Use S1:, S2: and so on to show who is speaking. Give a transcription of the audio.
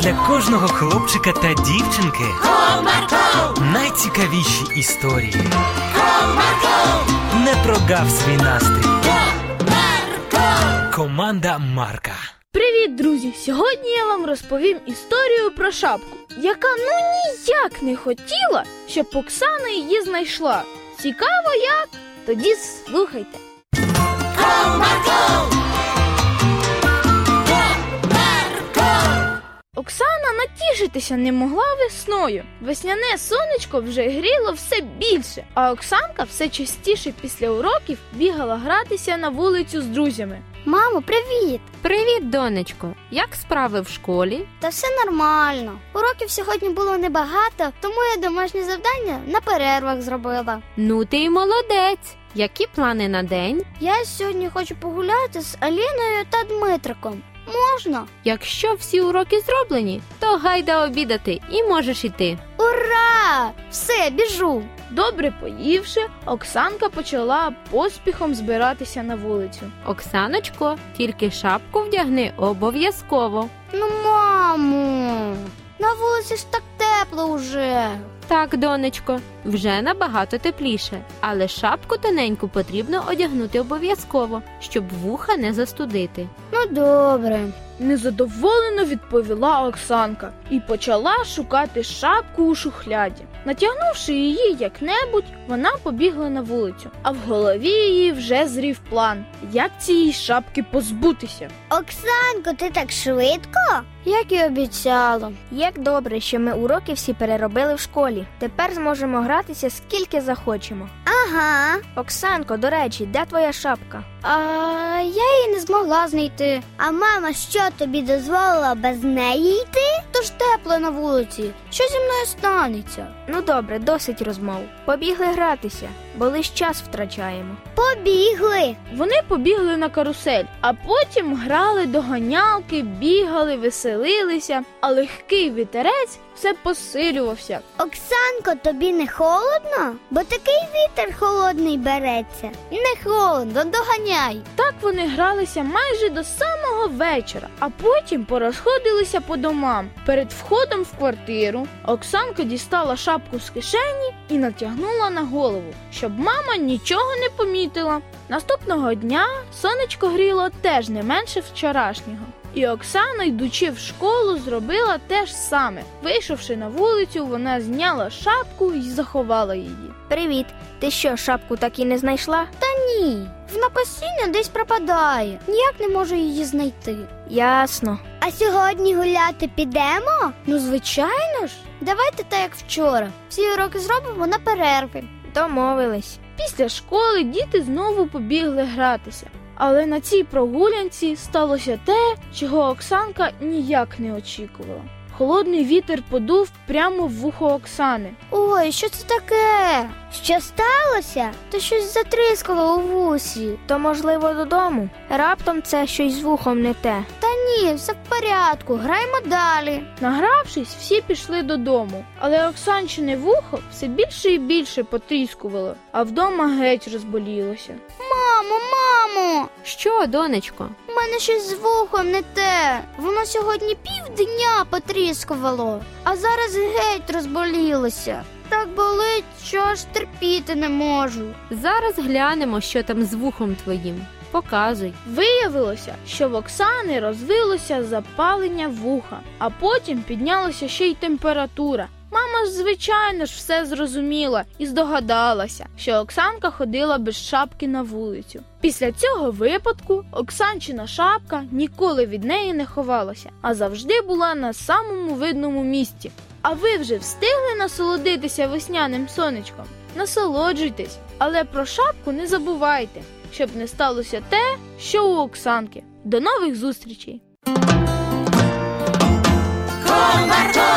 S1: для кожного хлопчика та дівчинки
S2: Comarco,
S1: найцікавіші історії.
S2: comarco,
S1: Не прогав свій настрій.
S2: comarco.
S1: Команда Марка.
S3: Привіт, друзі! Сьогодні я вам розповім історію про шапку, яка ну ніяк не хотіла, щоб Оксана її знайшла. Цікаво як? Тоді слухайте. Оксана натішитися не могла весною. Весняне сонечко вже гріло все більше, а Оксанка все частіше після уроків бігала гратися на вулицю з друзями.
S4: Мамо, привіт!
S5: Привіт, донечко. Як справи в школі?
S4: Та все нормально. Уроків сьогодні було небагато, тому я домашні завдання на перервах зробила.
S5: Ну ти й молодець. Які плани на день?
S4: Я сьогодні хочу погуляти з Аліною та Дмитриком. Можна?
S5: Якщо всі уроки зроблені, то гайда обідати і можеш іти.
S4: Ура! Все, біжу.
S3: Добре поївши, Оксанка почала поспіхом збиратися на вулицю.
S5: Оксаночко, тільки шапку вдягни обов'язково.
S4: Ну, мамо, на вулиці ж так тепло уже.
S5: Так, донечко, вже набагато тепліше, але шапку тоненьку потрібно одягнути обов'язково, щоб вуха не застудити.
S4: Ну добре.
S3: Незадоволено відповіла Оксанка і почала шукати шапку у шухляді. Натягнувши її як-небудь, вона побігла на вулицю, а в голові її вже зрів план, як цієї шапки позбутися.
S4: Оксанко, ти так швидко? Як і обіцяла. Як добре, що ми уроки всі переробили в школі. Тепер зможемо гратися скільки захочемо. Ага. Оксанко, до речі, де твоя шапка? А я її не змогла знайти. А мама що тобі дозволила без неї йти? То ж тепло на вулиці. Що зі мною станеться? Ну добре, досить розмов. Побігли гратися, бо лиш час втрачаємо. Побігли.
S3: Вони побігли на карусель, а потім грали доганялки, бігали, веселилися, а легкий вітерець все посилювався.
S4: Оксанко, тобі не холодно? Бо такий вітер холодний береться. Не холодно, доганяй.
S3: Так вони гралися майже до самого вечора, а потім порозходилися по домам. Перед входом в квартиру Оксанка дістала шапку з кишені і натягнула на голову, щоб мама нічого не помітила. Наступного дня сонечко гріло теж не менше вчорашнього. І Оксана, йдучи в школу, зробила те ж саме. Вийшовши на вулицю, вона зняла шапку і заховала її.
S4: Привіт. Ти що, шапку так і не знайшла? Та ні. Вона постійно десь пропадає. Ніяк не можу її знайти.
S3: Ясно.
S4: А сьогодні гуляти підемо? Ну, звичайно ж. Давайте так, як вчора. Всі уроки зробимо на перерві. Домовились.
S3: Після школи діти знову побігли гратися. Але на цій прогулянці сталося те, чого Оксанка ніяк не очікувала. Холодний вітер подув прямо в вухо Оксани.
S4: Ой, що це таке? Що сталося? То щось затріскало у вусі.
S6: То, можливо, додому. Раптом це щось з вухом не те.
S4: Ні, все в порядку, граємо далі.
S3: Награвшись, всі пішли додому, але Оксанчине вухо все більше і більше потріскувало, а вдома геть розболілося.
S4: Мамо, мамо,
S5: Що, донечко?
S4: у мене щось з вухом не те. Воно сьогодні півдня потріскувало, а зараз геть розболілося. Так болить, що аж терпіти не можу.
S5: Зараз глянемо, що там з вухом твоїм. Показуй.
S3: Виявилося, що в Оксани розвилося запалення вуха, а потім піднялася ще й температура. Мама ж, звичайно ж, все зрозуміла і здогадалася, що Оксанка ходила без шапки на вулицю. Після цього випадку Оксанчина шапка ніколи від неї не ховалася, а завжди була на самому видному місці. А ви вже встигли насолодитися весняним сонечком? Насолоджуйтесь, але про шапку не забувайте, щоб не сталося те, що у Оксанки. До нових зустрічей!
S2: Comarco,